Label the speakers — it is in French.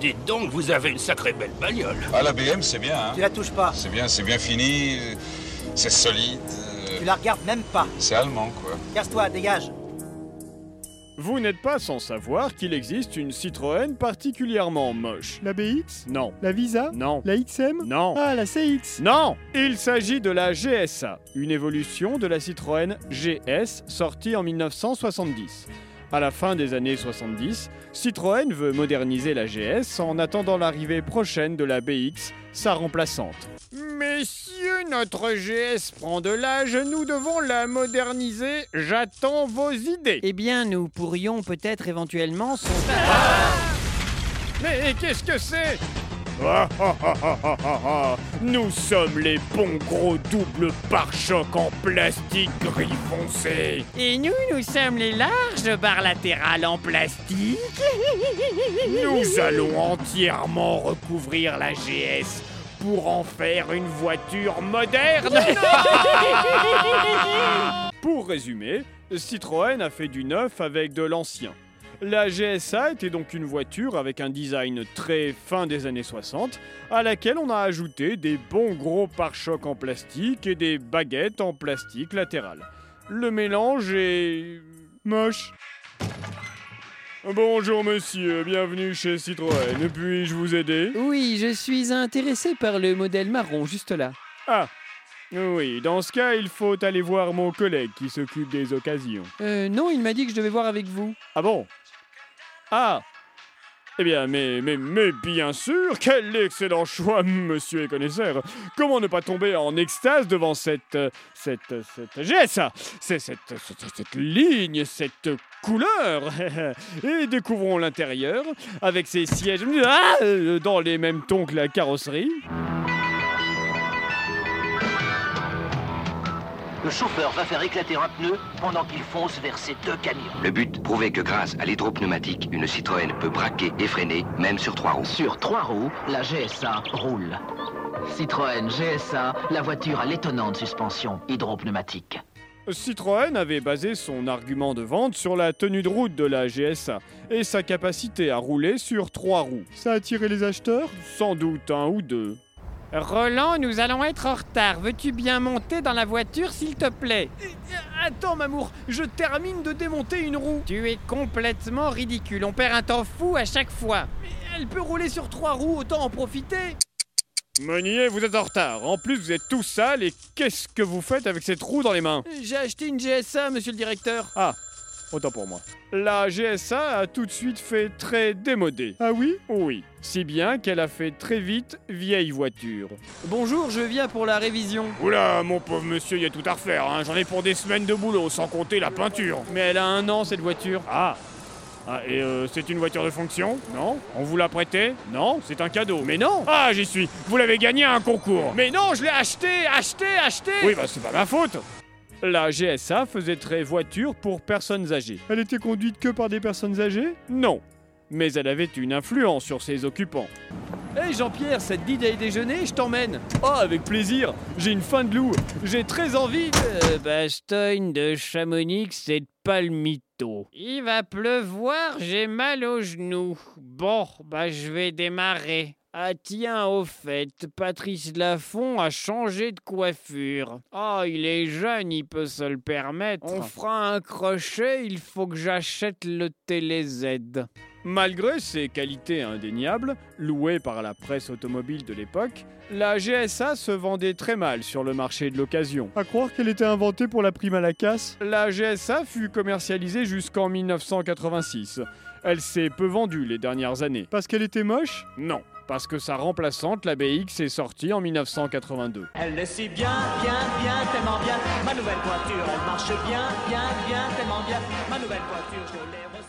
Speaker 1: Dites donc, vous avez une sacrée belle bagnole.
Speaker 2: Ah, la BM, c'est bien, hein
Speaker 3: Tu la touches pas.
Speaker 2: C'est bien, c'est bien fini, euh, c'est solide, euh,
Speaker 3: Tu la regardes même pas.
Speaker 2: c'est allemand, quoi.
Speaker 3: Casse-toi, dégage.
Speaker 4: Vous n'êtes pas sans savoir qu'il existe une Citroën particulièrement moche.
Speaker 5: La BX
Speaker 4: Non,
Speaker 5: La Visa
Speaker 4: non,
Speaker 5: La XM
Speaker 4: non,
Speaker 5: Ah, la CX
Speaker 4: non Il s'agit de la GSA, une évolution de la Citroën GS sortie en 1970. À la fin des années 70, Citroën veut moderniser la GS en attendant l'arrivée prochaine de la BX, sa remplaçante. Messieurs, notre GS prend de l'âge, nous devons la moderniser, j'attends vos idées.
Speaker 6: Eh bien, nous pourrions peut-être éventuellement son...
Speaker 4: Mais qu'est-ce que c'est Ah, ah, ah, ah, ah, ah, ah. Nous sommes les bons gros doubles pare-chocs en plastique gris foncé.
Speaker 6: Et nous, nous sommes les larges barres latérales en plastique.
Speaker 4: Nous allons entièrement recouvrir la GS pour en faire une voiture moderne. pour résumer, Citroën a fait du neuf avec de l'ancien. La GSA était donc une voiture avec un design très fin des années 60, à laquelle on a ajouté des bons gros pare-chocs en plastique et des baguettes en plastique latéral. Le mélange est... moche. Bonjour monsieur, bienvenue chez Citroën. Puis-je vous aider
Speaker 6: Oui, je suis intéressé par le modèle marron, juste là.
Speaker 4: Oui, dans ce cas, il faut aller voir mon collègue qui s'occupe des occasions.
Speaker 6: Euh, non, il m'a dit que je devais voir avec vous.
Speaker 4: Ah bon Ah Eh bien, mais, mais, mais bien sûr Quel excellent choix, monsieur et connaisseur Comment ne pas tomber en extase devant cette... euh, cette... cette GSA C'est cette, cette... cette ligne, cette couleur Et découvrons l'intérieur, avec ses sièges ah, euh, dans les mêmes tons que la carrosserie.
Speaker 7: Le chauffeur va faire éclater un pneu pendant qu'il fonce vers ses deux camions.
Speaker 8: Le but, prouver que grâce à l'hydropneumatique, une Citroën peut braquer et freiner, même sur trois roues.
Speaker 7: Sur trois roues, la GSA roule. Citroën GSA, la voiture à l'étonnante suspension hydropneumatique.
Speaker 4: Citroën avait basé son argument de vente sur la tenue de route de la GSA et sa capacité à rouler sur trois roues.
Speaker 5: Ça a attiré les acheteurs
Speaker 4: Sans doute un ou deux.
Speaker 6: Roland, nous allons être en retard. Veux-tu bien monter dans la voiture, s'il te plaît
Speaker 4: Attends, Mamour, je termine de démonter une roue.
Speaker 6: Tu es complètement ridicule. On perd un temps fou à chaque fois.
Speaker 4: Elle peut rouler sur trois roues, autant en profiter. Meunier, vous êtes en retard. En plus, vous êtes tout sale et qu'est-ce que vous faites avec cette roue dans les mains
Speaker 6: J'ai acheté une GSA, monsieur le directeur.
Speaker 4: Autant pour moi. La GSA a tout de suite fait très démodée.
Speaker 5: Ah oui
Speaker 4: Oui, si bien qu'elle a fait très vite vieille voiture.
Speaker 6: Bonjour, je viens pour la révision.
Speaker 4: Oula, mon pauvre monsieur, il y a tout à refaire. hein. J'en ai pour des semaines de boulot, sans compter la peinture.
Speaker 6: Mais elle a un an, cette voiture.
Speaker 4: Ah Ah, et euh, c'est une voiture de fonction Non On vous l'a prêtée Non, c'est un cadeau. Mais non Ah, j'y suis Vous l'avez gagnée à un concours Mais non, je l'ai achetée Achetée Achetée Oui, bah c'est pas ma faute La GSA faisait très voiture pour personnes âgées.
Speaker 5: Elle était conduite que par des personnes âgées
Speaker 4: Non. Mais elle avait une influence sur ses occupants.
Speaker 6: Hé Jean-Pierre, ça te dit d'aller déjeuner Je t'emmène.
Speaker 4: Oh, avec plaisir J'ai une faim de loup J'ai très envie
Speaker 6: Euh, Bastogne de Chamonix, c'est pas le mytho. Il va pleuvoir, j'ai mal aux genoux. Bon, bah je vais démarrer. Ah tiens, au fait, Patrice Laffont a changé de coiffure. Oh, il est jeune, il peut se le permettre. On fera un crochet, il faut que j'achète le télé Z.
Speaker 4: Malgré ses qualités indéniables, louées par la presse automobile de l'époque, la GSA se vendait très mal sur le marché de l'occasion.
Speaker 5: À croire qu'elle était inventée pour la prime à la casse
Speaker 4: La GSA fut commercialisée jusqu'en 1986. Elle s'est peu vendue les dernières années.
Speaker 5: Parce qu'elle était moche
Speaker 4: Non, parce que sa remplaçante, la BX, est sortie en 1982.
Speaker 9: Elle le suit bien, bien, bien, tellement bien. Ma nouvelle voiture, elle marche bien, bien, bien, tellement bien. Ma nouvelle voiture, je l'ai